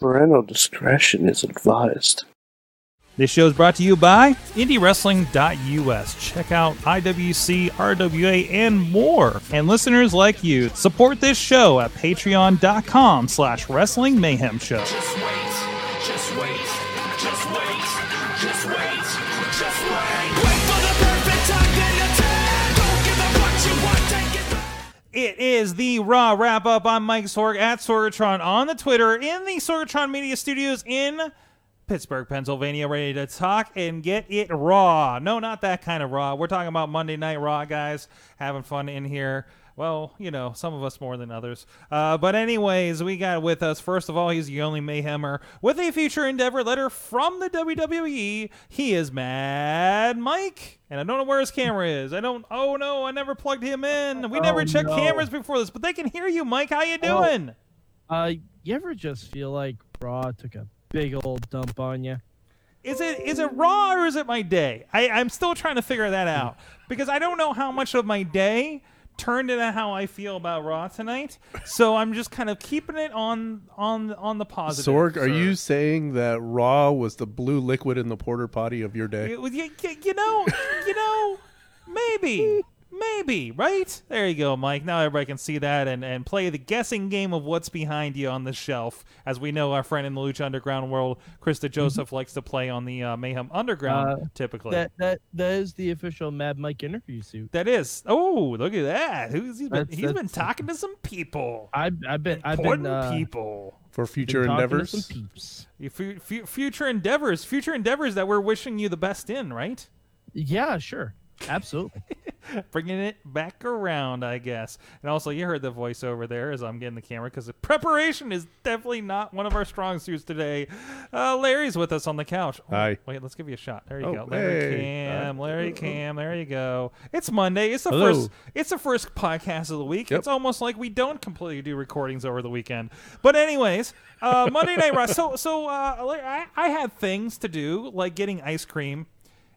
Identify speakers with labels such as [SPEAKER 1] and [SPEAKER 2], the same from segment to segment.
[SPEAKER 1] Parental discretion is advised.
[SPEAKER 2] This show is brought to you by IndieWrestling.us. Check out IWC, RWA, and more. And listeners like you, support this show at patreon.com slash wrestling mayhem show.
[SPEAKER 3] Just wait, just wait, just wait, just wait, just wait. Wait for the perfect time, then attack. Don't give up what you want, take it back.
[SPEAKER 2] It is the Raw Wrap Up. I'm Mike Sorg at Sorgatron on the Twitter in the Sorgatron Media Studios in Pittsburgh, Pennsylvania, ready to talk and get it raw. No, not that kind of raw. We're talking about Monday Night Raw, guys. Having fun in here. Well, you know, some of us more than others. Uh, but, anyways, we got with us, first of all, he's the only Mayhemmer with a future endeavor letter from the WWE. He is Mad Mike. And I don't know where his camera is. I don't. Oh no! I never plugged him in. We never
[SPEAKER 4] Oh,
[SPEAKER 2] checked
[SPEAKER 4] no. Oh,
[SPEAKER 2] cameras before this, but they can hear you, Mike. How you doing?
[SPEAKER 4] Uh, you ever just feel like Raw took a big old dump on you?
[SPEAKER 2] Is it is it raw or is it my day? I, I'm still trying to figure that out because I don't know how much of my day turned into how I feel about raw tonight. So I'm just kind of keeping it on on on the positive.
[SPEAKER 5] Sorg, are you saying that raw was the blue liquid in the porter potty of your day?
[SPEAKER 2] It was- You, you- you know, you know, maybe, maybe, right? There you go, Mike. Now everybody can see that and, and play the guessing game of what's behind you on the shelf. As we know, our friend in the Lucha Underground world, Krista Joseph, likes to play on the uh, Mayhem Underground
[SPEAKER 4] Uh,
[SPEAKER 2] typically.
[SPEAKER 4] That that that is the official Mad Mike interview suit.
[SPEAKER 2] That is. Oh, look at that. Who's he's been,
[SPEAKER 4] That's-
[SPEAKER 2] he's been
[SPEAKER 4] that's-
[SPEAKER 2] talking to some people.
[SPEAKER 4] I've I've been I've been
[SPEAKER 2] Important
[SPEAKER 4] uh, been
[SPEAKER 2] people.
[SPEAKER 5] For future
[SPEAKER 4] talking to
[SPEAKER 5] endeavors?
[SPEAKER 4] some peeps.
[SPEAKER 2] Your fu- fu- future endeavors, future endeavors that we're wishing you the best in, right?
[SPEAKER 4] Yeah, sure, absolutely.
[SPEAKER 2] Bringing it back around, I guess. And also, you heard the voice over there as I'm getting the camera because preparation is definitely not one of our strong suits today. Uh, Larry's with us on the couch. Oh,
[SPEAKER 5] Hi.
[SPEAKER 2] Wait, let's give you a shot. There you
[SPEAKER 5] Oh,
[SPEAKER 2] go, Larry
[SPEAKER 5] hey.
[SPEAKER 2] Cam.
[SPEAKER 5] Hi.
[SPEAKER 2] Larry Cam. There you go. It's Monday. It's the
[SPEAKER 5] uh, Hello.
[SPEAKER 2] first. It's the first podcast of the week.
[SPEAKER 5] Yep.
[SPEAKER 2] It's almost like we don't completely do recordings over the weekend. But anyways, uh, Monday Night Raw. So so uh, like, I I had things to do like getting ice cream.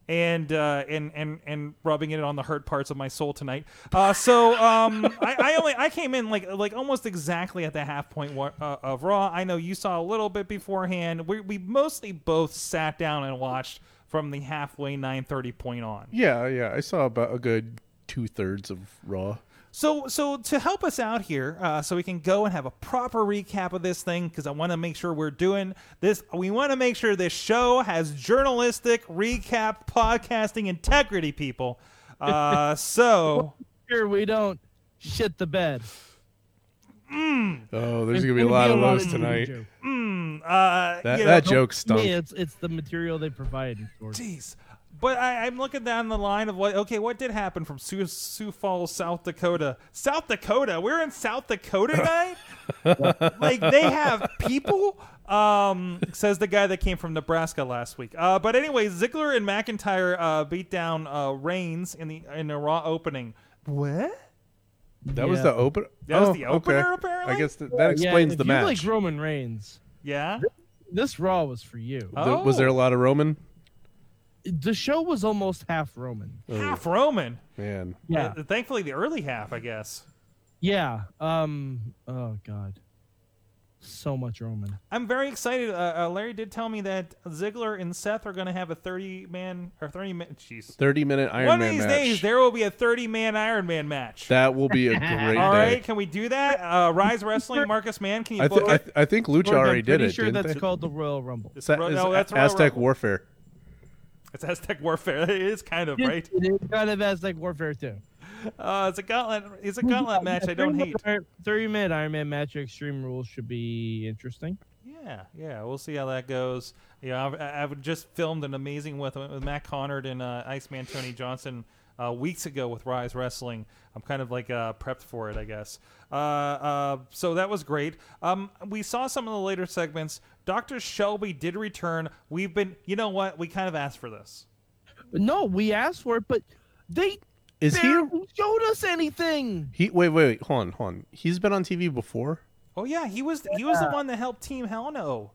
[SPEAKER 2] And uh, and and and rubbing it on the hurt parts of my soul tonight. Uh, so um, I, I only I came in like like almost exactly at the half point wa- uh, of Raw. I know you saw a little bit beforehand. We we mostly both sat down and watched from the halfway nine thirty point on.
[SPEAKER 5] Yeah, yeah. I saw about a good two thirds of raw.
[SPEAKER 2] So, so to help us out here, uh, so we can go and have a proper recap of this thing, because I want to make sure we're doing this. We want to make sure this show has journalistic recap, podcasting integrity, people. Uh, so,
[SPEAKER 4] Sure, we don't shit the bed.
[SPEAKER 5] Oh, there's gonna be a lot of those tonight.
[SPEAKER 4] joke.
[SPEAKER 2] uh,
[SPEAKER 5] That
[SPEAKER 2] you know-
[SPEAKER 5] that joke
[SPEAKER 4] Me,
[SPEAKER 5] stunk.
[SPEAKER 4] it's it's the material they provide. George.
[SPEAKER 2] Jeez. But I, I'm looking down the line of what, okay, what did happen from Sioux, Sioux Falls, South Dakota? South Dakota? We're in South Dakota tonight? like, they have people? Um, says the guy that came from Nebraska last week. Uh, but anyway, Ziggler and McIntyre uh, beat down uh, Reigns in the in the Raw opening. What?
[SPEAKER 5] That was
[SPEAKER 4] Yeah.
[SPEAKER 5] the open.
[SPEAKER 2] That was
[SPEAKER 5] oh,
[SPEAKER 2] the opener,
[SPEAKER 5] okay.
[SPEAKER 2] apparently?
[SPEAKER 5] I guess th- that
[SPEAKER 4] Yeah,
[SPEAKER 5] explains
[SPEAKER 4] if
[SPEAKER 5] the
[SPEAKER 4] you
[SPEAKER 5] match.
[SPEAKER 4] like Roman Reigns.
[SPEAKER 2] Yeah?
[SPEAKER 4] This Raw was for you.
[SPEAKER 5] The- Was
[SPEAKER 4] oh.
[SPEAKER 5] there a lot of Roman?
[SPEAKER 4] The show was almost half Roman.
[SPEAKER 2] Oh. half Roman?
[SPEAKER 5] Man,
[SPEAKER 4] Yeah,
[SPEAKER 2] Uh, thankfully, the early half, I guess.
[SPEAKER 4] yeah. Um. Oh God, so much Roman.
[SPEAKER 2] I'm very excited. Uh, uh, Larry did tell me that Ziggler and Seth are going to have a 30 man or 30 minute. Jeez.
[SPEAKER 5] thirty minute Iron
[SPEAKER 2] One
[SPEAKER 5] Man
[SPEAKER 2] of these
[SPEAKER 5] match.
[SPEAKER 2] days, there will be a 30 man Iron Man match.
[SPEAKER 5] that will be a great
[SPEAKER 2] All
[SPEAKER 5] day.
[SPEAKER 2] right, can we do that? Uh, Rise Wrestling, Marcus Mann, can you
[SPEAKER 5] I,
[SPEAKER 2] book
[SPEAKER 5] th- I,
[SPEAKER 2] it?
[SPEAKER 5] th- I think Lucha
[SPEAKER 4] George,
[SPEAKER 5] already
[SPEAKER 4] I'm
[SPEAKER 5] did
[SPEAKER 4] pretty
[SPEAKER 5] it.
[SPEAKER 4] sure
[SPEAKER 5] didn't
[SPEAKER 4] that's
[SPEAKER 5] they?
[SPEAKER 4] called the Royal Rumble.
[SPEAKER 2] It's
[SPEAKER 5] Sa-
[SPEAKER 2] Ro-
[SPEAKER 5] is
[SPEAKER 2] no, that's Royal
[SPEAKER 5] Aztec
[SPEAKER 2] Rumble.
[SPEAKER 5] Warfare.
[SPEAKER 2] It's Aztec Warfare. It is kind of, right?
[SPEAKER 4] It is kind of Aztec Warfare too.
[SPEAKER 2] Uh, it's a gauntlet. It's a gauntlet match I don't hate.
[SPEAKER 4] Thirty minute Iron Man match at Extreme Rules should be interesting.
[SPEAKER 2] Yeah, yeah, we'll see how that goes. Yeah, I've, I've just filmed an amazing with with Matt Connard and uh, Iceman Tony Johnson uh, weeks ago with Rise Wrestling. I'm kind of like uh, prepped for it, I guess. Uh, uh, so that was great. Um, we saw some of the later segments. Doctor Shelby did return. We've been, you know what? We kind of asked for this.
[SPEAKER 4] But no, we asked for it, but they
[SPEAKER 5] Is he?
[SPEAKER 4] barely showed us anything.
[SPEAKER 5] He wait wait wait hold on hold on. He's been on TV before.
[SPEAKER 2] Oh yeah, he was he was the one that helped Team Hell No.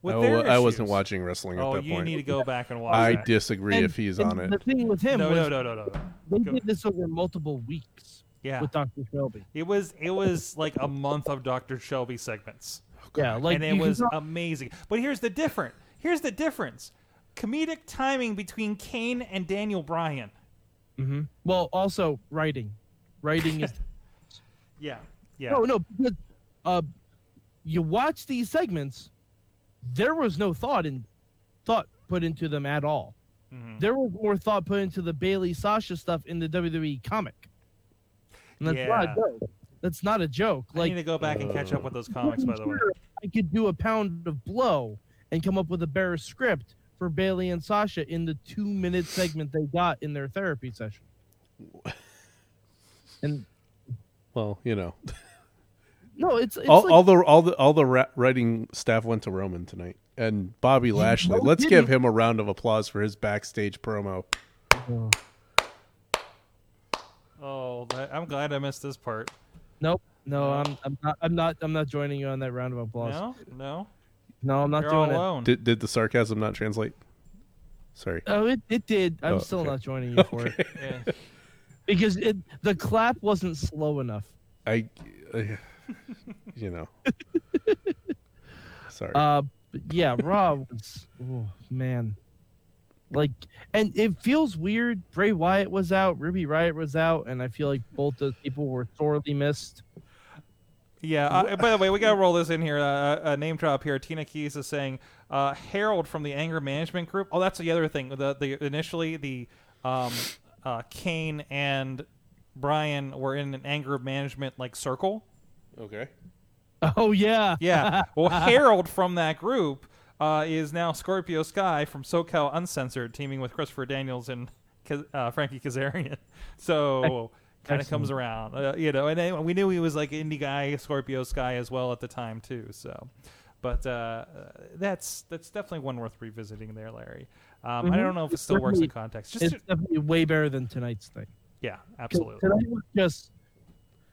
[SPEAKER 2] With
[SPEAKER 5] I,
[SPEAKER 2] their
[SPEAKER 5] wa- Oh, I wasn't
[SPEAKER 2] issues.
[SPEAKER 5] watching wrestling
[SPEAKER 2] Oh,
[SPEAKER 5] at that
[SPEAKER 2] you
[SPEAKER 5] point.
[SPEAKER 2] need to go back and watch.
[SPEAKER 5] I
[SPEAKER 2] that.
[SPEAKER 5] disagree
[SPEAKER 4] And-
[SPEAKER 5] if he's
[SPEAKER 4] and
[SPEAKER 5] on it.
[SPEAKER 4] The thing with him
[SPEAKER 2] No,
[SPEAKER 4] was
[SPEAKER 2] no, no, no, no, no.
[SPEAKER 4] they
[SPEAKER 2] Go-
[SPEAKER 4] did this over multiple weeks
[SPEAKER 2] Yeah.
[SPEAKER 4] with Doctor Shelby.
[SPEAKER 2] It was it was like a month of Dr. Shelby segments.
[SPEAKER 4] Yeah, like
[SPEAKER 2] and it
[SPEAKER 4] you can
[SPEAKER 2] was uh,
[SPEAKER 4] tell-
[SPEAKER 2] amazing. But here's the different. Here's the difference. Comedic timing between Kane and Daniel Bryan.
[SPEAKER 4] well. Also, writing, writing is
[SPEAKER 2] Yeah. Yeah.
[SPEAKER 4] no, no. Because, uh, you watch these segments, there was no thought in thought put into them at all.
[SPEAKER 2] Hmm. Mm-hmm.
[SPEAKER 4] There was more thought put into the Bailey Sasha stuff in the WWE comic. And that's not
[SPEAKER 2] Yeah.
[SPEAKER 4] a joke. That's not a joke.
[SPEAKER 2] I
[SPEAKER 4] Like
[SPEAKER 2] need to go back and catch up with those comics, by the way.
[SPEAKER 4] sure I could do a pound of blow and come up with a better script for Bailey and Sasha in the two minute segment they got in their therapy session. And
[SPEAKER 5] Well, you know,
[SPEAKER 4] no, it's, it's
[SPEAKER 5] all,
[SPEAKER 4] like,
[SPEAKER 5] all the all the all the ra- writing staff went to Roman tonight, and Bobby Lashley.
[SPEAKER 4] no
[SPEAKER 5] Let's
[SPEAKER 4] kidding.
[SPEAKER 5] give him a round of applause for his backstage promo.
[SPEAKER 2] Oh, that, I'm glad I missed this part.
[SPEAKER 4] nope, no, I'm, I'm not, I'm not, I'm not joining you on that round of applause. No,
[SPEAKER 2] No, no,
[SPEAKER 4] I'm not
[SPEAKER 2] you're all
[SPEAKER 4] doing it.
[SPEAKER 2] alone.
[SPEAKER 5] Did did the sarcasm not translate? Sorry.
[SPEAKER 4] Oh, it, it did. I'm
[SPEAKER 5] Oh,
[SPEAKER 4] still
[SPEAKER 5] okay.
[SPEAKER 4] not joining you for it
[SPEAKER 2] Yeah.
[SPEAKER 4] because it, the clap wasn't slow enough.
[SPEAKER 5] I, I you know. Sorry.
[SPEAKER 4] Uh, but yeah, Raw was oh, man, like, and it feels weird. Bray Wyatt was out, Ruby Riot was out, and I feel like both those people were sorely missed.
[SPEAKER 2] Yeah. Uh, by the way, we gotta roll this in here. Uh, a name drop here. Tina Keys is saying uh, Harold from the Anger Management Group. Oh, that's the other thing. The the initially the um, uh, Kane and Brian were in an anger management like circle.
[SPEAKER 5] okay.
[SPEAKER 4] Oh yeah,
[SPEAKER 2] Yeah. Well, Harold from that group uh, is now Scorpio Sky from SoCal Uncensored, teaming with Christopher Daniels and Ka- uh, Frankie Kazarian. So kind of comes around, uh, you know. And then we knew he was like indie guy, Scorpio Sky as well at the time too. So, but uh, uh, that's that's definitely one worth revisiting there, Larry. Um, I don't know if it still works in context. Just
[SPEAKER 4] it's definitely way better than tonight's thing.
[SPEAKER 2] yeah,
[SPEAKER 4] 'Cause
[SPEAKER 2] absolutely.
[SPEAKER 4] Tonight was just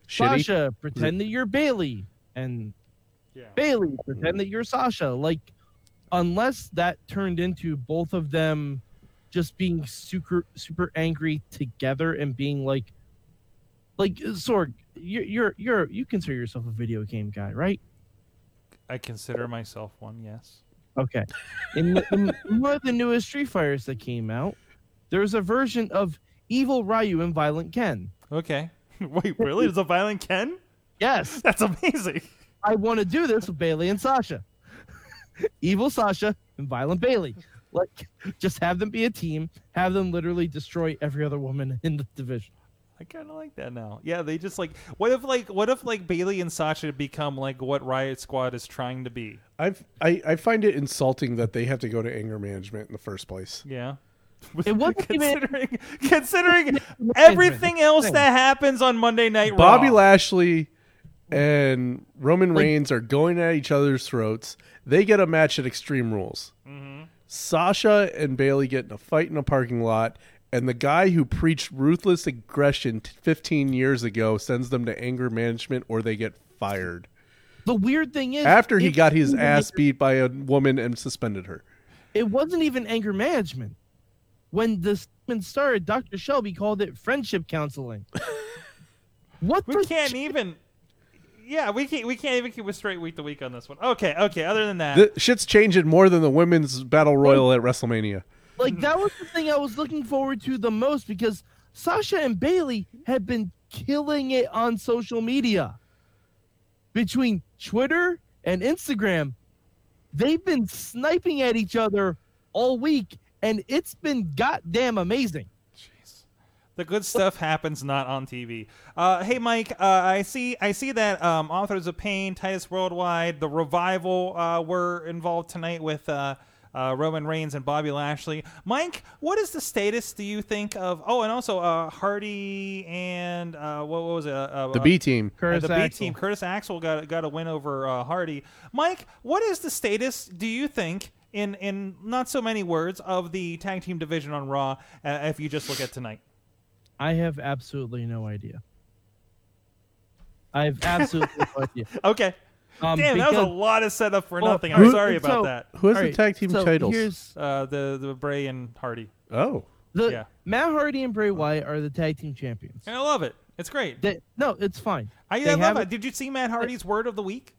[SPEAKER 5] Shitty.
[SPEAKER 4] Sasha pretend that you're Bailey, and
[SPEAKER 2] Yeah.
[SPEAKER 4] Bailey pretend that you're Sasha. Like, unless that turned into both of them just being super super angry together and being like, like Sorg, you're you're you're you consider yourself a video game guy, right?
[SPEAKER 2] I consider myself one. Yes.
[SPEAKER 4] Okay. In, the- in one of the newest Street Fighters that came out, there's a version of Evil Ryu and Violent Ken.
[SPEAKER 2] Okay. Wait, really? Is a violent Ken?
[SPEAKER 4] Yes,
[SPEAKER 2] That's amazing.
[SPEAKER 4] I want to do this with Bailey and Sasha. Evil Sasha and Violent Bailey. Like, just have them be a team. Have them literally destroy every other woman in the division.
[SPEAKER 2] I kind of like that now. Yeah, they just like what if like what if like Bailey and Sasha become like what Riot Squad is trying to be?
[SPEAKER 5] I've, I I find it insulting that they have to go to anger management in the first place.
[SPEAKER 2] Yeah.
[SPEAKER 4] It wasn't even-
[SPEAKER 2] considering considering everything else
[SPEAKER 4] Thing.
[SPEAKER 2] that happens on Monday Night
[SPEAKER 5] Bobby
[SPEAKER 2] Raw.
[SPEAKER 5] Lashley and Roman Reigns are going at each other's throats. They get a match at Extreme Rules. Sasha and Bailey get in a fight in a parking lot, and the guy who preached ruthless aggression t- 15 years ago sends them to anger management or they get fired.
[SPEAKER 4] The weird thing is,
[SPEAKER 5] After he
[SPEAKER 4] it
[SPEAKER 5] got his
[SPEAKER 4] wasn't
[SPEAKER 5] ass beat by a woman and suspended her.
[SPEAKER 4] even- it wasn't even anger management. When the segment started, Dr. Shelby called it friendship counseling. what
[SPEAKER 2] we
[SPEAKER 4] the
[SPEAKER 2] can't even Yeah, we can't we can't even keep a straight week to week on this one. Okay, okay, other than that.
[SPEAKER 5] The shit's changing more than the women's battle royal at WrestleMania.
[SPEAKER 4] Like that was the thing I was looking forward to the most because Sasha and Bailey had been killing it on social media. Between Twitter and Instagram, they've been sniping at each other all week, and it's been goddamn amazing.
[SPEAKER 2] The good stuff happens not on TV. Uh, hey, Mike, uh, I see. I see that um, authors of Pain, Titus Worldwide, the Revival uh, were involved tonight with uh, uh, Roman Reigns and Bobby Lashley. Mike, what is the status? Do you think of? Oh, and also uh, Hardy and uh, what, what was it? Uh, uh,
[SPEAKER 5] The B team.
[SPEAKER 2] uh, the B team. Curtis Axel got got a win over uh, Hardy. Mike, what is the status? Do you think? In, in not so many words of the tag team division on Raw, uh, if you just look at tonight.
[SPEAKER 4] I have absolutely no idea. I have absolutely no idea.
[SPEAKER 2] Okay.
[SPEAKER 4] Um,
[SPEAKER 2] Damn, that was a
[SPEAKER 4] because-
[SPEAKER 2] lot of setup for
[SPEAKER 4] Well,
[SPEAKER 2] nothing.
[SPEAKER 4] all
[SPEAKER 2] I'm
[SPEAKER 4] right,
[SPEAKER 2] sorry
[SPEAKER 4] and
[SPEAKER 2] about
[SPEAKER 4] so-
[SPEAKER 2] that.
[SPEAKER 5] Who has
[SPEAKER 4] all
[SPEAKER 5] the
[SPEAKER 4] right,
[SPEAKER 5] tag team
[SPEAKER 4] so
[SPEAKER 5] titles?
[SPEAKER 4] Here's
[SPEAKER 2] Uh, the the Bray and Hardy,
[SPEAKER 5] oh.
[SPEAKER 4] the
[SPEAKER 2] Yeah.
[SPEAKER 4] Matt Hardy and Bray Wyatt are the tag team champions.
[SPEAKER 2] and I love it. It's great.
[SPEAKER 4] They, no, it's fine.
[SPEAKER 2] I,
[SPEAKER 4] They
[SPEAKER 2] I love
[SPEAKER 4] have-
[SPEAKER 2] it. Did you see Matt Hardy's word of the week?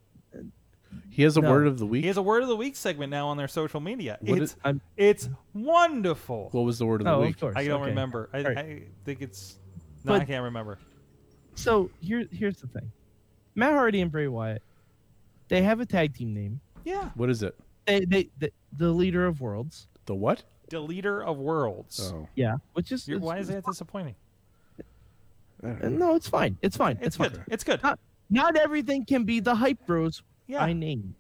[SPEAKER 5] He has a
[SPEAKER 4] No.
[SPEAKER 5] word of the
[SPEAKER 2] He
[SPEAKER 5] week.
[SPEAKER 2] has a word of the week segment now on their social media.
[SPEAKER 5] What
[SPEAKER 2] it's
[SPEAKER 5] is-
[SPEAKER 4] I'm-
[SPEAKER 2] it's wonderful.
[SPEAKER 5] what was the word of the
[SPEAKER 4] Oh,
[SPEAKER 5] week?
[SPEAKER 4] of course.
[SPEAKER 2] I don't
[SPEAKER 4] Okay.
[SPEAKER 2] remember. I,
[SPEAKER 4] All right.
[SPEAKER 2] I think it's no, I
[SPEAKER 4] But-
[SPEAKER 2] can't remember.
[SPEAKER 4] So here, here's the thing: Matt Hardy and Bray Wyatt, they have a tag team name.
[SPEAKER 2] Yeah,
[SPEAKER 5] What is it?
[SPEAKER 4] They, they, the, the leader of worlds.
[SPEAKER 5] The what?
[SPEAKER 2] deleter of worlds.
[SPEAKER 5] Oh,
[SPEAKER 4] Yeah, which is
[SPEAKER 2] You're-
[SPEAKER 4] it's-
[SPEAKER 2] why is that disappointing?
[SPEAKER 4] No, it's fine. It's fine.
[SPEAKER 2] It's,
[SPEAKER 4] It's,
[SPEAKER 2] good.
[SPEAKER 4] fine.
[SPEAKER 2] It's good.
[SPEAKER 4] Not not everything can be the hype bros
[SPEAKER 2] Yeah.
[SPEAKER 4] I name.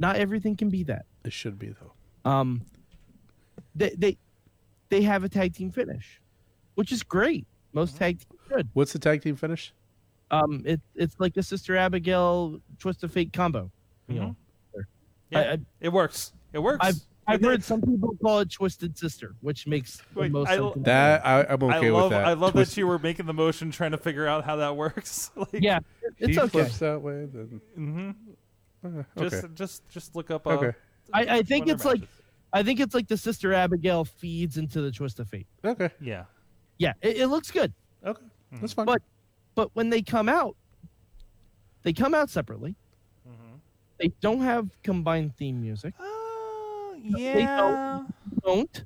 [SPEAKER 4] Not everything can be that.
[SPEAKER 5] it should be though.
[SPEAKER 4] Um, they they they have a tag team finish, which is great.
[SPEAKER 2] Mm-hmm.
[SPEAKER 4] Most tag teams should.
[SPEAKER 5] What's the tag team finish?
[SPEAKER 4] Um, it, it's like the Sister Abigail twist of fate combo. You know,
[SPEAKER 2] Mm-hmm. Yeah,
[SPEAKER 4] I- I-
[SPEAKER 2] it works. It works.
[SPEAKER 4] I've I've
[SPEAKER 2] It-
[SPEAKER 4] heard some people call it twisted sister, which makes the
[SPEAKER 2] Wait,
[SPEAKER 4] most
[SPEAKER 2] I-
[SPEAKER 4] sense.
[SPEAKER 5] That I, I'm
[SPEAKER 2] I
[SPEAKER 5] okay
[SPEAKER 2] love.
[SPEAKER 5] with that.
[SPEAKER 2] I love
[SPEAKER 5] Twist-
[SPEAKER 2] that you were making the motion, trying to figure out how that works. like,
[SPEAKER 4] yeah, it's
[SPEAKER 5] he
[SPEAKER 4] okay.
[SPEAKER 5] flips that way. Then
[SPEAKER 2] mhm.
[SPEAKER 5] Uh, okay.
[SPEAKER 2] Just, just, just look up. Uh,
[SPEAKER 5] Okay.
[SPEAKER 4] I, I think
[SPEAKER 2] one of
[SPEAKER 4] it's
[SPEAKER 2] their
[SPEAKER 4] like
[SPEAKER 2] matches.
[SPEAKER 4] I think it's like the Sister Abigail feeds into the twist of fate.
[SPEAKER 5] okay.
[SPEAKER 2] Yeah.
[SPEAKER 4] Yeah, it, it looks good.
[SPEAKER 5] Okay.
[SPEAKER 2] Mm.
[SPEAKER 5] That's fine.
[SPEAKER 4] But but when they come out, they come out separately. They don't have combined theme music.
[SPEAKER 2] Uh,
[SPEAKER 4] They
[SPEAKER 2] yeah.
[SPEAKER 4] don't. don't.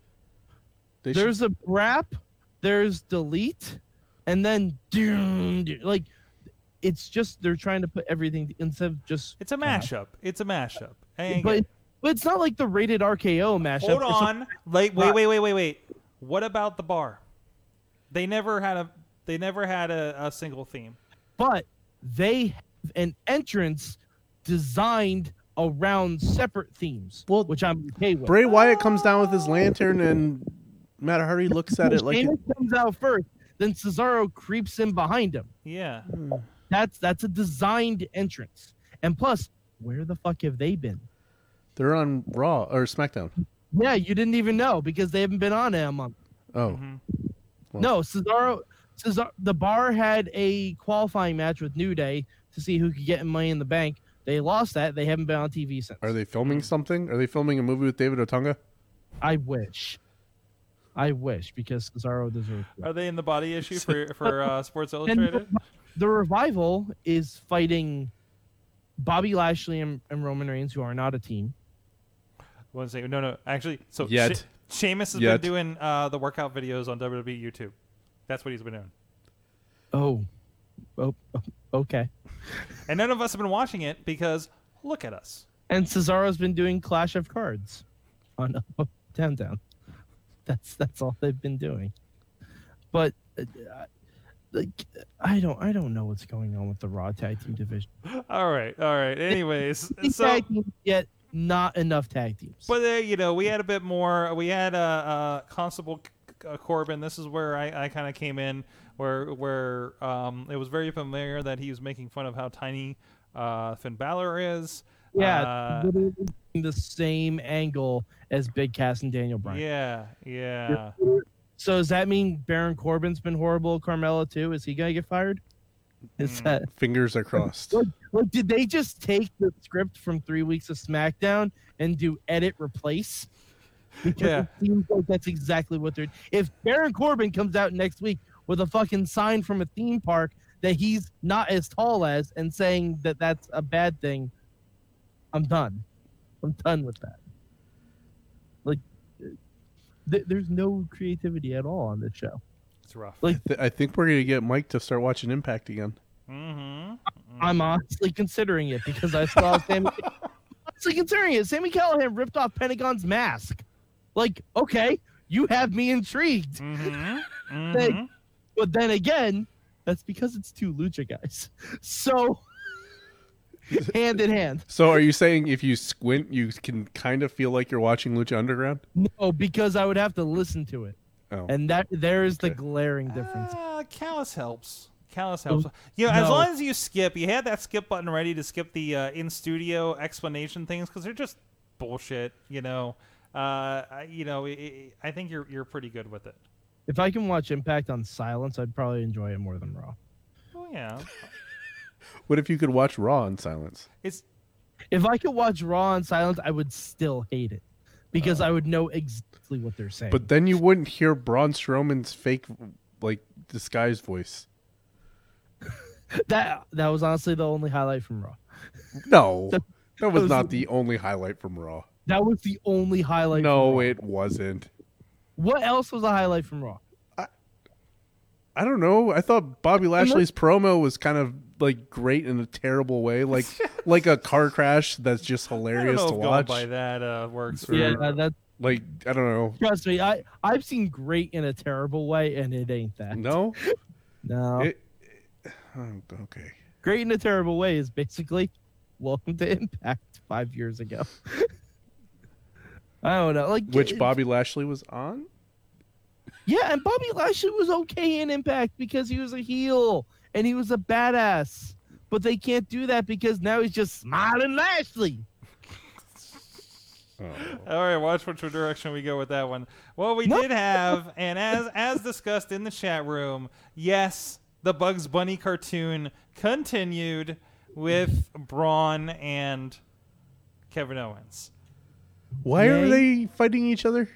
[SPEAKER 5] They should-
[SPEAKER 4] There's a rap. There's delete, and then doom, do- like it's just they're trying to put everything instead of just.
[SPEAKER 2] It's a mashup. It's a mashup. Hang
[SPEAKER 4] But, but it's not like the rated RKO mashup.
[SPEAKER 2] Hold
[SPEAKER 4] It's a-
[SPEAKER 2] on. Like, wait, wait, wait, wait, wait. What about the bar? They never had a. They never had a, a single theme.
[SPEAKER 4] but they have an entrance designed around separate themes,
[SPEAKER 5] Well,
[SPEAKER 4] which I'm okay with.
[SPEAKER 5] Bray Wyatt comes down with his lantern, and Matt Hardy looks at it like,
[SPEAKER 4] Sheamus comes out first, then Cesaro creeps in behind him.
[SPEAKER 2] Yeah.
[SPEAKER 4] That's that's a designed entrance. And plus, where the fuck have they been?
[SPEAKER 5] they're on Raw or SmackDown.
[SPEAKER 4] Yeah, you didn't even know because they haven't been on in a month.
[SPEAKER 5] Oh,
[SPEAKER 2] Mm-hmm.
[SPEAKER 4] No, Cesaro, Cesaro, the bar had a qualifying match with New Day to see who could get Money in the Bank. They lost that. They haven't been on TV since.
[SPEAKER 5] are they filming something? Are they filming a movie with David Otunga?
[SPEAKER 4] I wish. I wish because Cesaro deserves. it.
[SPEAKER 2] Are they in the body issue for for uh, Sports
[SPEAKER 4] And
[SPEAKER 2] Illustrated?
[SPEAKER 4] the revival is fighting Bobby Lashley and, and Roman Reigns, who are not a team.
[SPEAKER 2] One second. No, no. Actually, so
[SPEAKER 5] Yet.
[SPEAKER 2] She- Sheamus has
[SPEAKER 5] Yet.
[SPEAKER 2] been doing uh, the workout videos on WWE YouTube. That's what he's been doing,
[SPEAKER 4] Oh, oh, okay.
[SPEAKER 2] and none of us have been watching it because look at us.
[SPEAKER 4] And Cesaro's been doing Clash of Cards on Up, Up, Down Down. That's that's all they've been doing. But uh, I- like, I don't I don't know what's going on with the Raw tag team division.
[SPEAKER 2] All right, all right. Anyways, so
[SPEAKER 4] tag teams, yet not enough tag teams.
[SPEAKER 2] But uh, you know, we had a bit more. We had uh, uh, Constable C- uh, Corbin. This is where I, I kind of came in, where where um, it was very familiar that he was making fun of how tiny uh, Finn Balor is.
[SPEAKER 4] yeah,
[SPEAKER 2] Uh,
[SPEAKER 4] literally the same angle as Big Cass and Daniel Bryan.
[SPEAKER 2] yeah, yeah.
[SPEAKER 4] So does that mean Baron Corbin's been horrible? Carmella too? Is he gonna get fired? Is that
[SPEAKER 5] Fingers are crossed.
[SPEAKER 4] What- what- did they just take the script from three weeks of SmackDown and do edit replace? Because
[SPEAKER 2] Yeah.
[SPEAKER 4] it seems like that's exactly what they're. If Baron Corbin comes out next week with a fucking sign from a theme park that he's not as tall as and saying that that's a bad thing, I'm done. I'm done with that. Like, th- there's no creativity at all on this show.
[SPEAKER 2] It's rough.
[SPEAKER 4] Like-
[SPEAKER 5] Th- I think we're gonna get Mike to start watching Impact again.
[SPEAKER 2] hmm
[SPEAKER 4] I'm honestly considering it because I saw Sammy. honestly considering it, Sammy Callahan ripped off Pentagon's mask. Like, okay, you have me intrigued,
[SPEAKER 2] hmm
[SPEAKER 4] Like, but then again, that's because it's two lucha guys. So, hand in hand.
[SPEAKER 5] So, are you saying if you squint, you can kind of feel like you're watching Lucha Underground?
[SPEAKER 4] No, because I would have to listen to it,
[SPEAKER 5] Oh,
[SPEAKER 4] and that there is the glaring difference.
[SPEAKER 2] Uh, callus helps. Callus helps. You know, as
[SPEAKER 4] no.
[SPEAKER 2] long as you skip, you had that skip button ready to skip the uh, in studio explanation things because they're just bullshit. You know, uh, I- you know, i i I think you're you're pretty good with it.
[SPEAKER 4] If I can watch Impact on silence, I'd probably enjoy it more than Raw.
[SPEAKER 2] Oh yeah,
[SPEAKER 5] what if you could watch Raw in silence?
[SPEAKER 2] it's
[SPEAKER 4] If I could watch Raw on silence, I would still hate it because I would know exactly what they're saying.
[SPEAKER 5] But then you wouldn't hear Braun Strowman's fake, like disguised voice.
[SPEAKER 4] That that was honestly the only highlight from Raw.
[SPEAKER 5] No, That was not the only highlight from Raw.
[SPEAKER 4] That was the only highlight. from
[SPEAKER 5] No,
[SPEAKER 4] Raw.
[SPEAKER 5] it wasn't.
[SPEAKER 4] What else was a highlight from Raw?
[SPEAKER 5] I don't know. I thought Bobby Lashley's promo was kind of like great in a terrible way, like like a car crash that's just
[SPEAKER 2] I don't
[SPEAKER 5] hilarious
[SPEAKER 2] know
[SPEAKER 5] to
[SPEAKER 2] if going
[SPEAKER 5] watch.
[SPEAKER 2] by that uh, works. For,
[SPEAKER 4] Yeah, that
[SPEAKER 5] Like I don't know.
[SPEAKER 4] trust me. I I've seen great in a terrible way, and it ain't that.
[SPEAKER 5] No,
[SPEAKER 4] no.
[SPEAKER 5] it, oh, okay.
[SPEAKER 4] great in a terrible way is basically welcome to Impact five years ago. I don't know, like
[SPEAKER 5] Which
[SPEAKER 4] it-
[SPEAKER 5] Bobby Lashley was on?
[SPEAKER 4] Yeah, and Bobby Lashley was okay in Impact because he was a heel and he was a badass. But they can't do that because now he's just smiling Lashley.
[SPEAKER 5] Oh.
[SPEAKER 2] All right, watch which direction we go with that one. Well, we did have, and as as discussed in the chat room, yes, the Bugs Bunny cartoon continued with Braun and Kevin Owens.
[SPEAKER 5] Why are
[SPEAKER 4] Yay.
[SPEAKER 5] they fighting each other?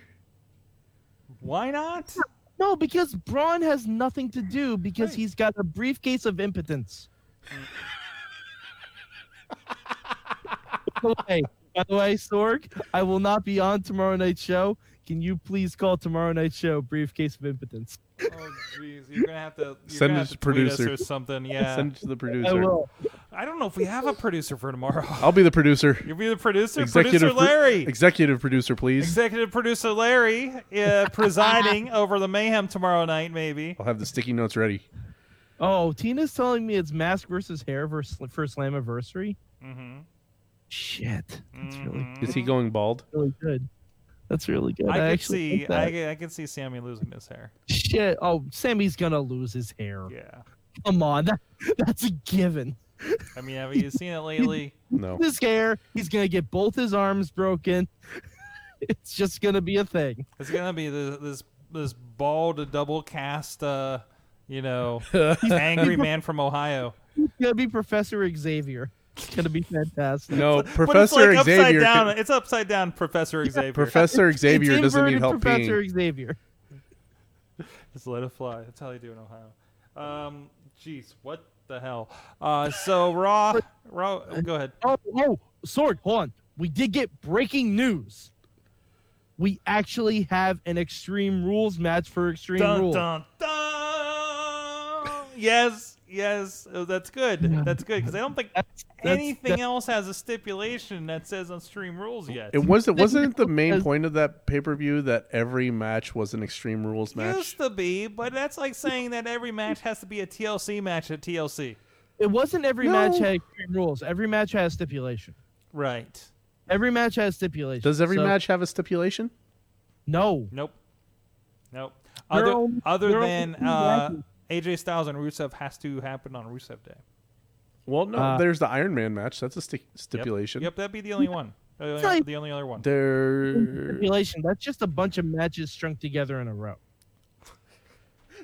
[SPEAKER 2] Why not?
[SPEAKER 4] No, because Braun has nothing to do because he's got a briefcase of impotence. by, the way, by the way, Sorg, I will not be on tomorrow night's show. Can you please call tomorrow night's show Briefcase of Impotence?
[SPEAKER 2] Oh, jeez, you're gonna have to you're
[SPEAKER 5] Send
[SPEAKER 2] gonna
[SPEAKER 5] it
[SPEAKER 2] have
[SPEAKER 5] to
[SPEAKER 2] to tweet us
[SPEAKER 5] producer.
[SPEAKER 2] or something. Yeah,
[SPEAKER 5] Send it to the
[SPEAKER 4] I
[SPEAKER 5] producer.
[SPEAKER 4] will.
[SPEAKER 2] I don't know if we have a producer for tomorrow.
[SPEAKER 5] I'll be the producer.
[SPEAKER 2] You'll be the producer,
[SPEAKER 5] Executive
[SPEAKER 2] producer
[SPEAKER 5] pro-
[SPEAKER 2] Larry.
[SPEAKER 5] Executive producer, please.
[SPEAKER 2] Executive producer Larry uh, presiding over the mayhem tomorrow night, maybe.
[SPEAKER 5] I'll have the sticky notes ready.
[SPEAKER 4] Oh, Tina's telling me it's mask versus hair versus for Slammiversary.
[SPEAKER 2] hmm
[SPEAKER 4] Shit, that's really
[SPEAKER 5] Is he going bald?
[SPEAKER 4] really good. That's really good.
[SPEAKER 2] Mm-hmm. I,
[SPEAKER 4] Mm-hmm. I,
[SPEAKER 2] can
[SPEAKER 4] actually
[SPEAKER 2] see,
[SPEAKER 4] think that.
[SPEAKER 2] I, can- I can see Sammy losing his hair.
[SPEAKER 4] Shit. Oh, Sammy's gonna lose his hair.
[SPEAKER 2] Yeah,
[SPEAKER 4] Come on, that, that's a given.
[SPEAKER 2] I mean, have you seen it lately?
[SPEAKER 5] No.
[SPEAKER 4] His hair. He's gonna get both his arms broken. it's just gonna be a thing.
[SPEAKER 2] It's gonna be this this, this bald double cast, uh, you know, angry man from Ohio.
[SPEAKER 4] It's gonna be Professor Xavier. It's gonna be fantastic.
[SPEAKER 5] No,
[SPEAKER 2] but it's like
[SPEAKER 5] Professor
[SPEAKER 2] upside
[SPEAKER 5] Xavier.
[SPEAKER 2] down.
[SPEAKER 5] can-
[SPEAKER 2] It's upside down, Professor Xavier.
[SPEAKER 5] Professor Xavier
[SPEAKER 4] It's
[SPEAKER 5] doesn't need
[SPEAKER 4] inverted
[SPEAKER 5] help
[SPEAKER 4] Professor
[SPEAKER 5] peeing.
[SPEAKER 4] Xavier.
[SPEAKER 2] Just let it fly. That's how you do in Ohio. Um, jeez, what the hell? Uh, so Raw, Raw. Go ahead.
[SPEAKER 4] Oh, oh, Sorg, hold on. We did get breaking news. We actually have an Extreme Rules match for Extreme
[SPEAKER 2] Dun,
[SPEAKER 4] Rules.
[SPEAKER 2] dun, dun. Yes, yes, oh, that's good. That's good because I don't think
[SPEAKER 4] that's-
[SPEAKER 2] anything else has a stipulation that says on stream rules yet.
[SPEAKER 5] It was it wasn't it the main
[SPEAKER 4] Because-
[SPEAKER 5] point of that pay per view that every match was an Extreme Rules match.
[SPEAKER 2] used to be, but that's like saying that every match has to be a TLC match at TLC.
[SPEAKER 4] It wasn't every match
[SPEAKER 5] No.
[SPEAKER 4] had Extreme Rules. Every match has stipulation.
[SPEAKER 2] Right.
[SPEAKER 4] Every match has stipulation.
[SPEAKER 5] Does every
[SPEAKER 4] So,
[SPEAKER 5] match have a stipulation?
[SPEAKER 4] No.
[SPEAKER 2] Nope. Nope.
[SPEAKER 4] They're
[SPEAKER 2] Other,
[SPEAKER 4] only-
[SPEAKER 2] other
[SPEAKER 4] they're
[SPEAKER 2] than
[SPEAKER 4] only
[SPEAKER 2] uh,
[SPEAKER 4] matches.
[SPEAKER 2] AJ Styles and Rusev has to happen on Rusev Day.
[SPEAKER 5] Well, no.
[SPEAKER 4] Uh,
[SPEAKER 5] there's the Iron Man match. That's a sti-
[SPEAKER 2] Yep.
[SPEAKER 5] stipulation.
[SPEAKER 2] Yep, that'd be the only one. The only,
[SPEAKER 4] Sorry.
[SPEAKER 2] the only other one.
[SPEAKER 5] There.
[SPEAKER 4] Stipulation. That's just a bunch of matches strung together in a row.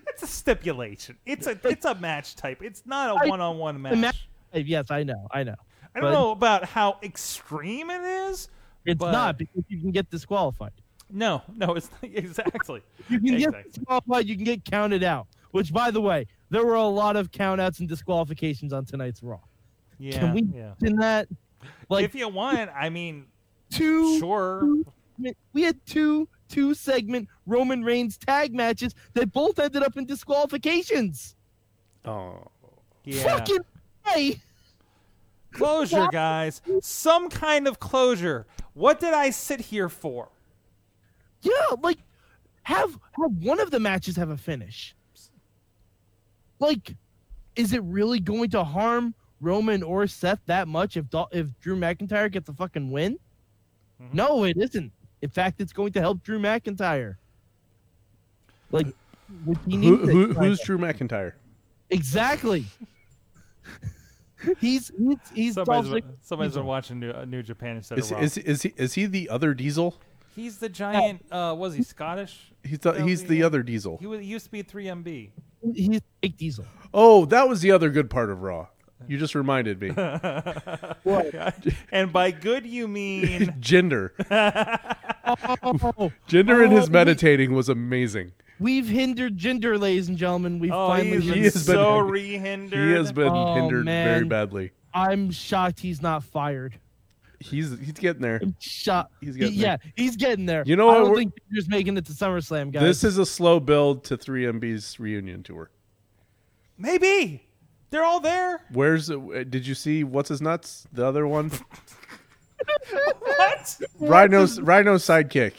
[SPEAKER 2] It's a stipulation. It's a it's a match type. It's not a
[SPEAKER 4] I-
[SPEAKER 2] one on one
[SPEAKER 4] The
[SPEAKER 2] match.
[SPEAKER 4] ma- Yes, I know. I know.
[SPEAKER 2] I don't
[SPEAKER 4] but-
[SPEAKER 2] know about how extreme it is.
[SPEAKER 4] It's
[SPEAKER 2] But-
[SPEAKER 4] not because you can get disqualified.
[SPEAKER 2] No, no, it's not, exactly.
[SPEAKER 4] You can
[SPEAKER 2] Exactly.
[SPEAKER 4] get disqualified. You can get counted out. Which, by the way, there were a lot of countouts and disqualifications on tonight's Raw.
[SPEAKER 2] Yeah,
[SPEAKER 4] can we
[SPEAKER 2] yeah.
[SPEAKER 4] in that? Like
[SPEAKER 2] if you want, I mean,
[SPEAKER 4] two.
[SPEAKER 2] sure.
[SPEAKER 4] We had two two segment Roman Reigns tag matches that both ended up in disqualifications.
[SPEAKER 5] Oh.
[SPEAKER 2] Yeah.
[SPEAKER 4] Fucking hey,
[SPEAKER 2] closure, guys. Some kind of closure. What did I sit here for?
[SPEAKER 4] yeah, like have have one of the matches have a finish. Like, is it really going to harm Roman or Seth that much if Dol- if Drew McIntyre gets a fucking win?
[SPEAKER 2] Mhm.
[SPEAKER 4] No, it isn't. In fact, it's going to help Drew McIntyre. Like, what he
[SPEAKER 5] Who,
[SPEAKER 4] needs it.
[SPEAKER 5] who, who's Drew McIntyre?
[SPEAKER 4] Exactly. he's he's he's
[SPEAKER 2] Somebody's
[SPEAKER 4] Dolph
[SPEAKER 2] been, somebody's been watching New, uh, New Japan instead
[SPEAKER 5] Is,
[SPEAKER 2] of Raw.
[SPEAKER 5] is is he is he the other Diesel?
[SPEAKER 2] He's the giant. Uh, was he Scottish?
[SPEAKER 5] He's the,
[SPEAKER 2] No,
[SPEAKER 5] he's
[SPEAKER 2] he-
[SPEAKER 5] the other Diesel.
[SPEAKER 2] He, was, he used to be 3MB.
[SPEAKER 4] Ziggler- he's Big Diesel.
[SPEAKER 5] Oh, that was the other good part of Raw. You just reminded me.
[SPEAKER 2] and by good you mean
[SPEAKER 5] Gender.
[SPEAKER 4] Oh,
[SPEAKER 5] Gender in
[SPEAKER 4] Oh,
[SPEAKER 5] his
[SPEAKER 4] we-
[SPEAKER 5] meditating was amazing.
[SPEAKER 4] we've hindered gender, ladies and gentlemen. We've
[SPEAKER 2] Oh,
[SPEAKER 4] finally.
[SPEAKER 2] he's been
[SPEAKER 5] He has been-
[SPEAKER 2] so
[SPEAKER 5] He
[SPEAKER 2] rehindered.
[SPEAKER 5] has been
[SPEAKER 4] Oh,
[SPEAKER 5] hindered very
[SPEAKER 4] man.
[SPEAKER 5] badly.
[SPEAKER 4] I'm shocked he's not fired.
[SPEAKER 5] He's he's getting there.
[SPEAKER 4] Shot.
[SPEAKER 5] He's getting
[SPEAKER 4] yeah, he's getting there.
[SPEAKER 5] You know
[SPEAKER 4] I
[SPEAKER 5] what,
[SPEAKER 4] don't
[SPEAKER 5] we're-
[SPEAKER 4] think Junior's making it to SummerSlam, guys.
[SPEAKER 5] This is a slow build to 3MB's reunion tour.
[SPEAKER 2] Maybe they're all there.
[SPEAKER 5] Where's the- did you see what's his nuts? The other one,
[SPEAKER 2] What?
[SPEAKER 5] Rhino's Rhino's sidekick.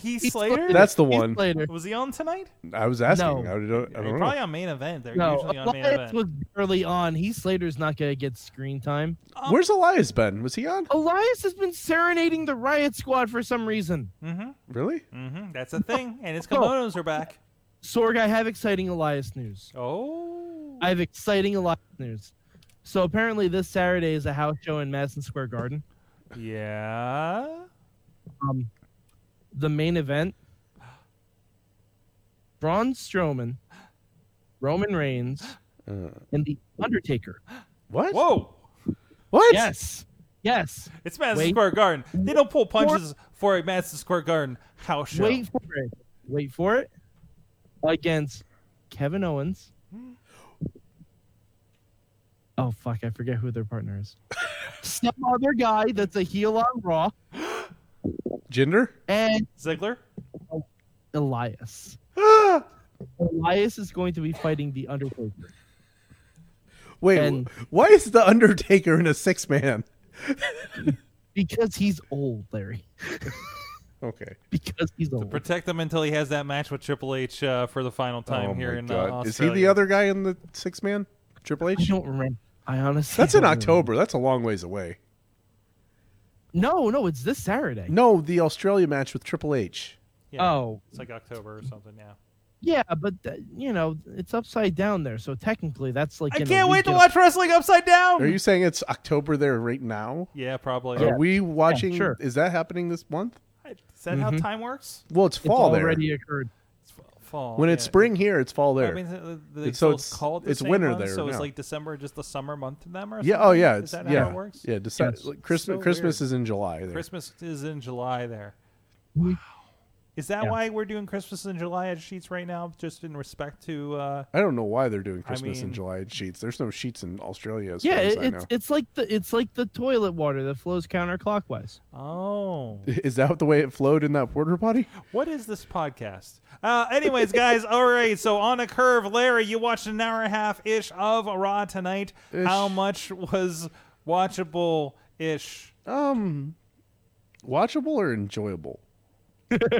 [SPEAKER 2] He's Slater.
[SPEAKER 5] That's the
[SPEAKER 4] He's
[SPEAKER 5] one
[SPEAKER 4] later.
[SPEAKER 2] was he on tonight?
[SPEAKER 5] I was asking.
[SPEAKER 4] No.
[SPEAKER 5] I don't, I
[SPEAKER 2] They're
[SPEAKER 5] don't
[SPEAKER 2] probably
[SPEAKER 5] know.
[SPEAKER 2] on main event. They're
[SPEAKER 4] No,
[SPEAKER 2] usually on main
[SPEAKER 4] Elias
[SPEAKER 2] event.
[SPEAKER 4] was barely on. He Slater's not gonna get screen time.
[SPEAKER 2] um,
[SPEAKER 5] Where's Elias been? Was he on?
[SPEAKER 4] Elias has been serenading the Riot Squad for some reason.
[SPEAKER 5] Really?
[SPEAKER 2] hmm Mm-hmm, That's a thing. And
[SPEAKER 4] Oh.
[SPEAKER 2] his kimonos are back.
[SPEAKER 4] Sorg, I have exciting Elias news.
[SPEAKER 2] Oh.
[SPEAKER 4] I have exciting Elias news. So apparently, this Saturday is a house show in Madison Square Garden.
[SPEAKER 2] Yeah.
[SPEAKER 4] Um, the main event: Braun Strowman, Roman Reigns, and the Undertaker.
[SPEAKER 5] Uh, What?
[SPEAKER 2] Whoa.
[SPEAKER 5] What?
[SPEAKER 4] Yes, yes.
[SPEAKER 2] It's Madison
[SPEAKER 4] Wait.
[SPEAKER 2] Square Garden. They don't pull punches for a Madison Square Garden house show.
[SPEAKER 4] Wait for it. Wait for it. Against Kevin Owens. Oh fuck! I forget who their partner is. Some other guy that's a heel on Raw
[SPEAKER 5] Jinder?
[SPEAKER 4] and
[SPEAKER 2] Ziggler?
[SPEAKER 4] Elias. Elias is going to be fighting the Undertaker.
[SPEAKER 5] Wait,
[SPEAKER 4] And-
[SPEAKER 5] wh- why is the Undertaker in a six man?
[SPEAKER 4] Because he's old, Larry.
[SPEAKER 5] Okay.
[SPEAKER 4] Because he's old.
[SPEAKER 2] Protect him until he has that match with Triple H uh, for the final time
[SPEAKER 5] oh
[SPEAKER 2] here
[SPEAKER 5] my
[SPEAKER 2] in uh,
[SPEAKER 5] God.
[SPEAKER 2] Australia.
[SPEAKER 5] Is he the other guy in the six man? Triple
[SPEAKER 4] I
[SPEAKER 5] H?
[SPEAKER 4] don't remember. I honestly.
[SPEAKER 5] That's in
[SPEAKER 4] don't remember.
[SPEAKER 5] October. That's a long ways away.
[SPEAKER 4] No, no, it's this Saturday.
[SPEAKER 5] No, the Australia match with Triple H.
[SPEAKER 2] Yeah.
[SPEAKER 4] Oh,
[SPEAKER 2] It's like October or something now.
[SPEAKER 4] yeah, but th- you know it's upside down there, so technically that's like.
[SPEAKER 2] I
[SPEAKER 4] in a
[SPEAKER 2] can't wait
[SPEAKER 4] week
[SPEAKER 2] to
[SPEAKER 4] and a-
[SPEAKER 2] watch wrestling upside down.
[SPEAKER 5] Are you saying it's October there right now?
[SPEAKER 2] Oh. Yeah, probably.
[SPEAKER 5] Are
[SPEAKER 4] Oh.
[SPEAKER 5] we watching?
[SPEAKER 4] sure.
[SPEAKER 5] Is that happening this month?
[SPEAKER 2] Is that
[SPEAKER 4] Mm-hmm.
[SPEAKER 2] how time works?
[SPEAKER 5] Well, it's
[SPEAKER 4] It's
[SPEAKER 5] fall there.
[SPEAKER 4] already occurred.
[SPEAKER 2] It's f- fall.
[SPEAKER 5] When it's
[SPEAKER 2] yeah.
[SPEAKER 5] spring here, it's fall there.
[SPEAKER 2] I mean, the, the,
[SPEAKER 5] It's- so
[SPEAKER 2] so it's
[SPEAKER 5] it's-
[SPEAKER 2] called the
[SPEAKER 5] it's
[SPEAKER 2] same
[SPEAKER 5] winter
[SPEAKER 2] month,
[SPEAKER 5] there
[SPEAKER 2] So it's
[SPEAKER 5] now.
[SPEAKER 2] like December, just the summer month to them, or
[SPEAKER 5] yeah.
[SPEAKER 2] something?
[SPEAKER 5] Oh, yeah.
[SPEAKER 2] Is
[SPEAKER 5] It's,
[SPEAKER 2] that
[SPEAKER 5] yeah.
[SPEAKER 2] how it works?
[SPEAKER 5] Yeah. December,
[SPEAKER 4] Yes.
[SPEAKER 5] Christmas.
[SPEAKER 2] So
[SPEAKER 5] Christmas
[SPEAKER 2] weird.
[SPEAKER 5] is in July. There.
[SPEAKER 2] Christmas is in July there.
[SPEAKER 4] We-
[SPEAKER 2] Is that
[SPEAKER 4] Yeah.
[SPEAKER 2] why we're doing Christmas in July as sheets right now, just in respect to? Uh,
[SPEAKER 5] I don't know why they're doing Christmas in
[SPEAKER 2] mean-
[SPEAKER 5] July in sheets. There's no sheets in Australia. As
[SPEAKER 4] Yeah,
[SPEAKER 5] far as
[SPEAKER 4] it,
[SPEAKER 5] I know.
[SPEAKER 4] it's it's like the it's like the toilet water that flows counterclockwise.
[SPEAKER 2] oh,
[SPEAKER 5] Is that the way it flowed in that porter potty?
[SPEAKER 2] what is this podcast? Uh, anyways, guys, all right. So on a curve, Larry, you watched an hour and a half ish of Raw tonight.
[SPEAKER 5] Ish.
[SPEAKER 2] How much was watchable ish?
[SPEAKER 5] Um, watchable or enjoyable?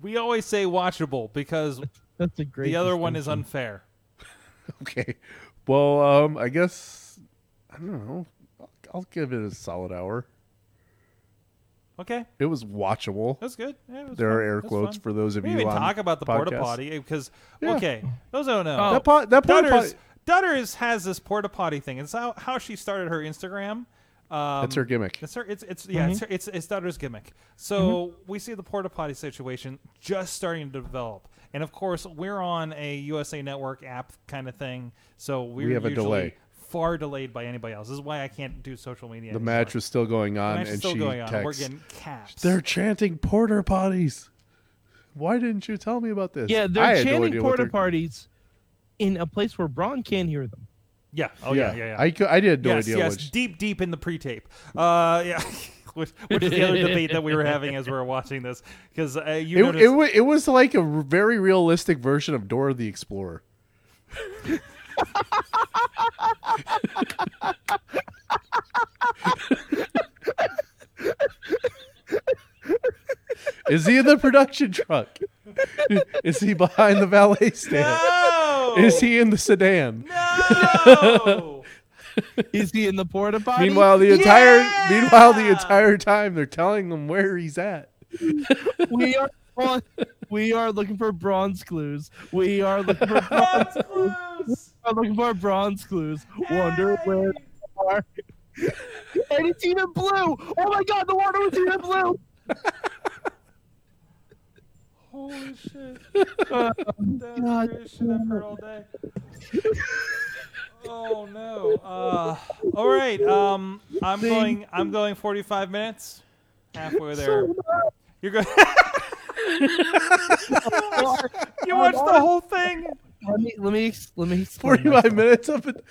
[SPEAKER 2] We always say watchable because
[SPEAKER 4] That's a great.
[SPEAKER 2] the other one is unfair.
[SPEAKER 5] Okay. Well, um, I guess I don't know. I'll, I'll give it a solid hour.
[SPEAKER 2] Okay,
[SPEAKER 5] It was watchable.
[SPEAKER 2] that's good. Yeah, it was
[SPEAKER 5] There are
[SPEAKER 2] fun.
[SPEAKER 5] air
[SPEAKER 2] That's
[SPEAKER 5] quotes
[SPEAKER 2] fun.
[SPEAKER 5] for those of
[SPEAKER 2] We
[SPEAKER 5] you
[SPEAKER 2] didn't even
[SPEAKER 5] on
[SPEAKER 2] talk about the porta
[SPEAKER 5] podcasts.
[SPEAKER 2] potty because
[SPEAKER 5] Yeah.
[SPEAKER 2] okay, those don't know.
[SPEAKER 5] That pot. That porta
[SPEAKER 2] Dutters,
[SPEAKER 5] potty.
[SPEAKER 2] Dutters has this porta potty thing. It's how, how she started her Instagram. Um,
[SPEAKER 5] That's Mm-hmm. her gimmick.
[SPEAKER 2] It's her. It's, it's yeah. It's, her, it's it's Dutters gimmick. So
[SPEAKER 5] Mm-hmm.
[SPEAKER 2] we see the porta potty situation just starting to develop, and of course we're on a USA Network app kind of thing. So we're
[SPEAKER 5] have a
[SPEAKER 2] usually
[SPEAKER 5] delay.
[SPEAKER 2] far delayed by anybody else. This is why I can't do social media.
[SPEAKER 5] The
[SPEAKER 2] anymore.
[SPEAKER 5] match was still going
[SPEAKER 2] The
[SPEAKER 5] on,
[SPEAKER 2] match is
[SPEAKER 5] and
[SPEAKER 2] still
[SPEAKER 5] she
[SPEAKER 2] going on. We're
[SPEAKER 5] texts.
[SPEAKER 2] getting caps.
[SPEAKER 5] They're chanting porter potties. Why didn't you tell me about this?
[SPEAKER 4] Yeah, they're
[SPEAKER 5] I had no
[SPEAKER 4] chanting
[SPEAKER 5] idea what
[SPEAKER 4] porta
[SPEAKER 5] they're-
[SPEAKER 4] parties in a place where Braun can't hear them.
[SPEAKER 2] yeah. Oh yeah. Yeah. yeah.
[SPEAKER 5] I, cou- I had no
[SPEAKER 2] yes,
[SPEAKER 5] idea.
[SPEAKER 2] yes,
[SPEAKER 5] what she-
[SPEAKER 2] deep, deep in the pre-tape. Uh, yeah, which, which is the other debate that we were having as we were watching this because uh, you
[SPEAKER 5] it,
[SPEAKER 2] noticed
[SPEAKER 5] it, wa- it was like a r- very realistic version of Dora the Explorer. Is he in the production truck? Is he behind the valet stand?
[SPEAKER 2] no,
[SPEAKER 5] Is he in the sedan?
[SPEAKER 2] no.
[SPEAKER 4] Is he in the porta potty?
[SPEAKER 5] Meanwhile, the entire
[SPEAKER 2] Yeah!
[SPEAKER 5] meanwhile the entire time they're telling him where he's at.
[SPEAKER 4] we are on, we are looking for bronze clues. We are looking for bronze,
[SPEAKER 2] That's close.
[SPEAKER 4] we are looking for bronze clues. Wonder where they are. and it's even blue. Oh my god, the water was even blue.
[SPEAKER 2] Holy shit!
[SPEAKER 4] Uh,
[SPEAKER 2] That's the
[SPEAKER 4] God.
[SPEAKER 2] greatest shit I've heard all day. Oh no! Uh, all right, um, I'm going. I'm going 45 minutes. Halfway there. You're going. you watched the whole thing.
[SPEAKER 4] let me let me ex- let me explain
[SPEAKER 5] Forty five
[SPEAKER 4] myself.
[SPEAKER 5] minutes of it.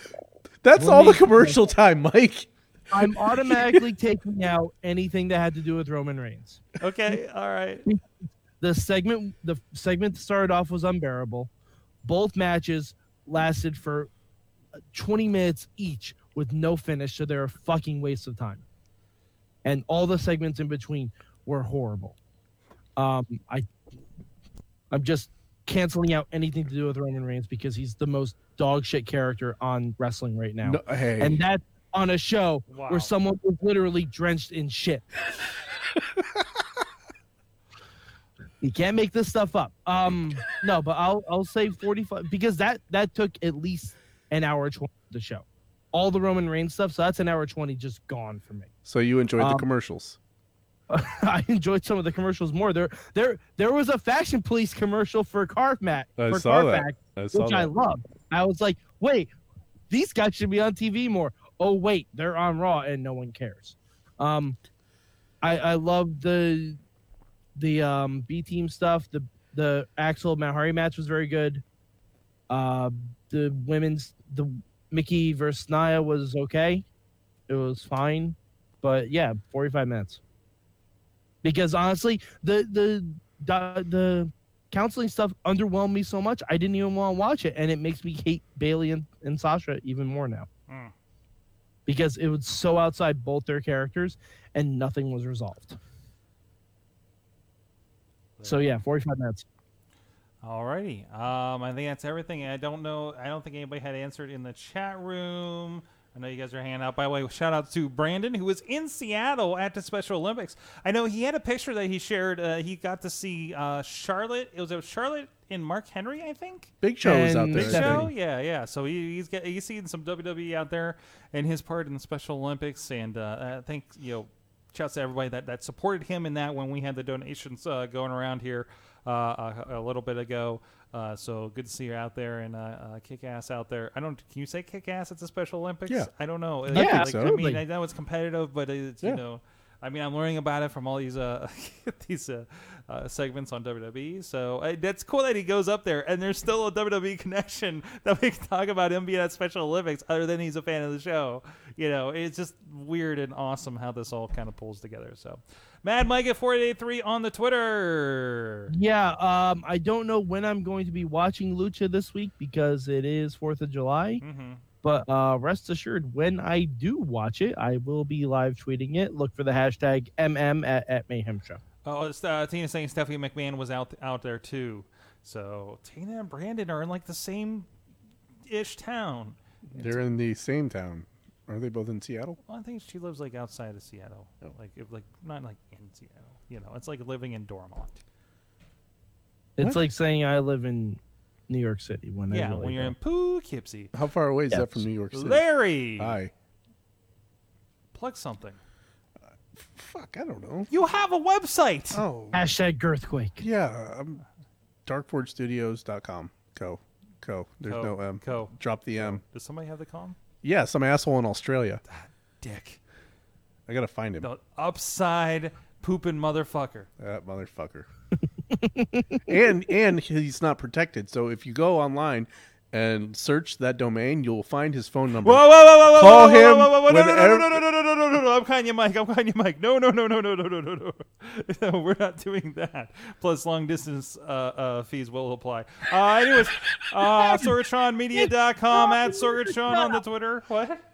[SPEAKER 5] That's
[SPEAKER 4] Let
[SPEAKER 5] all the
[SPEAKER 4] me-
[SPEAKER 5] commercial time, Mike.
[SPEAKER 4] I'm automatically taking out anything that had to do with Roman Reigns.
[SPEAKER 2] Okay, all right.
[SPEAKER 4] The segment the segment that started off was unbearable. Both matches lasted for 20 minutes each with no finish, so they're a fucking waste of time. And all the segments in between were horrible. Um, I I'm just canceling out anything to do with Roman Reigns because he's the most dog shit character on wrestling right now
[SPEAKER 5] No, hey,
[SPEAKER 4] and that's on a show
[SPEAKER 2] Wow.
[SPEAKER 4] where someone was literally drenched in shit. you can't make this stuff up. Um, no, but I'll I'll say forty five because that that took at least an hour twenty to show. All the Roman Reigns stuff, so that's an hour twenty just gone for me.
[SPEAKER 5] so you enjoyed the
[SPEAKER 4] um,
[SPEAKER 5] commercials?
[SPEAKER 4] I enjoyed some of the commercials more. There there there was a faction police commercial for Carfax.
[SPEAKER 5] I
[SPEAKER 4] for
[SPEAKER 5] saw
[SPEAKER 4] Carfax
[SPEAKER 5] that. I saw
[SPEAKER 4] which
[SPEAKER 5] that.
[SPEAKER 4] I love. I was like, wait, these guys should be on TV more. Oh wait, they're on Raw and no one cares. Um, I I love the the um B team stuff. The the Axel Matt Hardy match was very good. Uh, the women's the Mickey versus Nia was okay. It was fine, but yeah, forty five minutes. Because honestly, the the the, the counseling stuff underwhelmed me so much I didn't even want to watch it, and it makes me hate Bailey and, and Sasha even more now
[SPEAKER 2] Mm.
[SPEAKER 4] because it was so outside both their characters, and nothing was resolved. So yeah, forty-five minutes.
[SPEAKER 2] Alrighty. Um, I think that's everything. I don't know. I don't think anybody had answered in the chat room. I know you guys are hanging out. By the way, shout out to Brandon, who was in Seattle at the Special Olympics. I know he had a picture that he shared. Uh, he got to see uh, Charlotte. It was a Charlotte and Mark Henry, I think.
[SPEAKER 5] Big Show was out
[SPEAKER 4] And
[SPEAKER 5] there.
[SPEAKER 2] Big
[SPEAKER 5] I
[SPEAKER 2] Show,
[SPEAKER 5] think.
[SPEAKER 2] yeah, yeah. So he, he's got, he's seen some WWE out there and his part in the Special Olympics, and uh, I think you know, shouts to everybody that that supported him in that when we had the donations uh, going around here uh, a, a little bit ago. Uh, so good to see you out there and uh, uh, kick ass out there. I don't. Can you say kick ass at the Special Olympics?
[SPEAKER 5] Yeah.
[SPEAKER 2] I don't know.
[SPEAKER 5] think so.
[SPEAKER 2] I mean,
[SPEAKER 4] Absolutely.
[SPEAKER 2] I know it's competitive, but it's
[SPEAKER 5] Yeah.
[SPEAKER 2] you know. I mean, I'm learning about it from all these uh, these uh, uh, segments on WWE. So uh, that's cool that he goes up there, and there's still a WWE connection that we can talk about him being at Special Olympics. Other than he's a fan of the show, you know, it's just weird and awesome how this all kind of pulls together. So, Mad Mike at 483 on the Twitter.
[SPEAKER 4] Yeah, um, I don't know when I'm going to be watching Lucha this week because it is Fourth of July.
[SPEAKER 2] Mm-hmm.
[SPEAKER 4] But uh, rest assured, when I do watch it, I will be live tweeting it. Look for the hashtag MM at, at Mayhem Show.
[SPEAKER 2] Oh, it's, uh, Tina's saying Stephanie McMahon was out out there too. So Tina and Brandon are in like the same ish town.
[SPEAKER 5] They're in the same town. Are they both in Seattle?
[SPEAKER 2] Well, I think she lives like outside of Seattle,
[SPEAKER 5] Oh.
[SPEAKER 2] like if, like not like in Seattle. You know, it's like living in Dormont.
[SPEAKER 4] It's
[SPEAKER 5] What?
[SPEAKER 4] like saying I live in New York City when I
[SPEAKER 2] yeah,
[SPEAKER 4] really
[SPEAKER 2] when you're
[SPEAKER 4] don't.
[SPEAKER 2] in Poughkeepsie,
[SPEAKER 5] How far away is
[SPEAKER 4] Yeah.
[SPEAKER 5] that from New York City?
[SPEAKER 2] Larry,
[SPEAKER 5] Hi.
[SPEAKER 2] plug something.
[SPEAKER 5] Fuck, I don't know.
[SPEAKER 2] You have a website.
[SPEAKER 5] Oh,
[SPEAKER 4] Hashtag girthquake.
[SPEAKER 5] yeah. Um, darkforgestudios.com. Co. Co. There's
[SPEAKER 2] Co.
[SPEAKER 5] no M.
[SPEAKER 2] Co.
[SPEAKER 5] Drop the M.
[SPEAKER 2] Does somebody have the com?
[SPEAKER 5] Yeah, some asshole in Australia.
[SPEAKER 2] Dick,
[SPEAKER 5] I gotta find him.
[SPEAKER 2] the upside pooping motherfucker.
[SPEAKER 5] That motherfucker. and and he's not protected. So if you go online and search that domain, you'll find his phone number.
[SPEAKER 2] Whoa, whoa, whoa, whoa, whoa,
[SPEAKER 5] Call
[SPEAKER 2] whoa, whoa,
[SPEAKER 5] him
[SPEAKER 2] whoa, whoa, whoa, no,
[SPEAKER 5] with
[SPEAKER 2] no, no, no,
[SPEAKER 5] every-
[SPEAKER 2] no, no, no, no, no, no, no, I'm calling you Mike. I'm calling you Mike. No, no, no, no, no, no, no, no, no, no. No, we're not doing that. Plus, long distance uh, uh, fees will apply. Uh, anyways, uh, sorgatronmedia.com at sorgatron on the Twitter. What?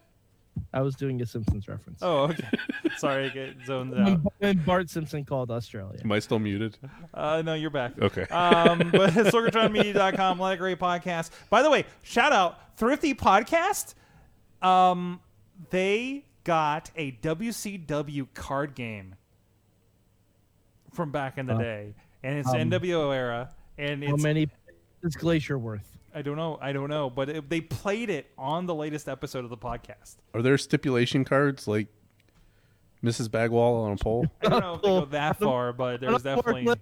[SPEAKER 4] I was doing a Simpsons reference.
[SPEAKER 2] Oh, okay. Sorry, I get zoned
[SPEAKER 4] When-
[SPEAKER 2] out.
[SPEAKER 4] when Bart Simpson called Australia.
[SPEAKER 5] Am I still muted?
[SPEAKER 2] Uh, no, you're back.
[SPEAKER 5] Okay.
[SPEAKER 2] Um, but sorgatronmedia.com, let it great podcast. By the way, shout out Thrifty Podcast. Um, they got a WCW card game from back in the
[SPEAKER 4] Uh,
[SPEAKER 2] day, and it's
[SPEAKER 4] um,
[SPEAKER 2] NWO era, and
[SPEAKER 4] How
[SPEAKER 2] it's
[SPEAKER 4] many is Glacier worth?
[SPEAKER 2] I don't know, I don't know, but it, they played it on the latest episode of the podcast.
[SPEAKER 5] Are there stipulation cards like Mrs. Bagwell on a pole?
[SPEAKER 2] I don't know if they go that far, but there was
[SPEAKER 4] on a
[SPEAKER 2] definitely
[SPEAKER 4] forklift.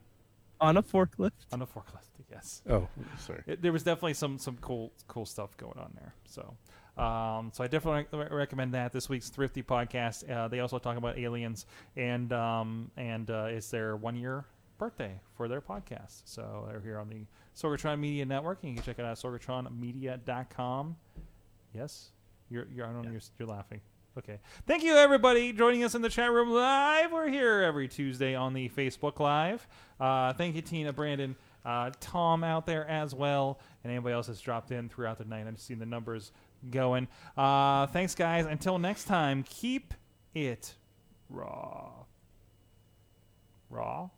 [SPEAKER 4] On a forklift.
[SPEAKER 2] on a forklift, yes.
[SPEAKER 5] Oh, sorry.
[SPEAKER 2] it, there was definitely some some cool cool stuff going on there. So, um, so I definitely rec- re- recommend that this week's Thrifty podcast. Uh, they also talk about aliens, and um, and uh, it's their one year birthday for their podcast. So they're here on the Sorgatron Media Network, and you can check it out at sorgatronmedia.com. Yes, you're you're I don't know, you're, you're laughing. Okay. Thank you, everybody, joining us in the chat room live. We're here every Tuesday on the Facebook Live. Uh, thank you, Tina, Brandon, uh, Tom out there as well, and anybody else that's dropped in throughout the night. I'm seeing the numbers going. Uh, thanks, guys. Until next time, keep it raw. Raw?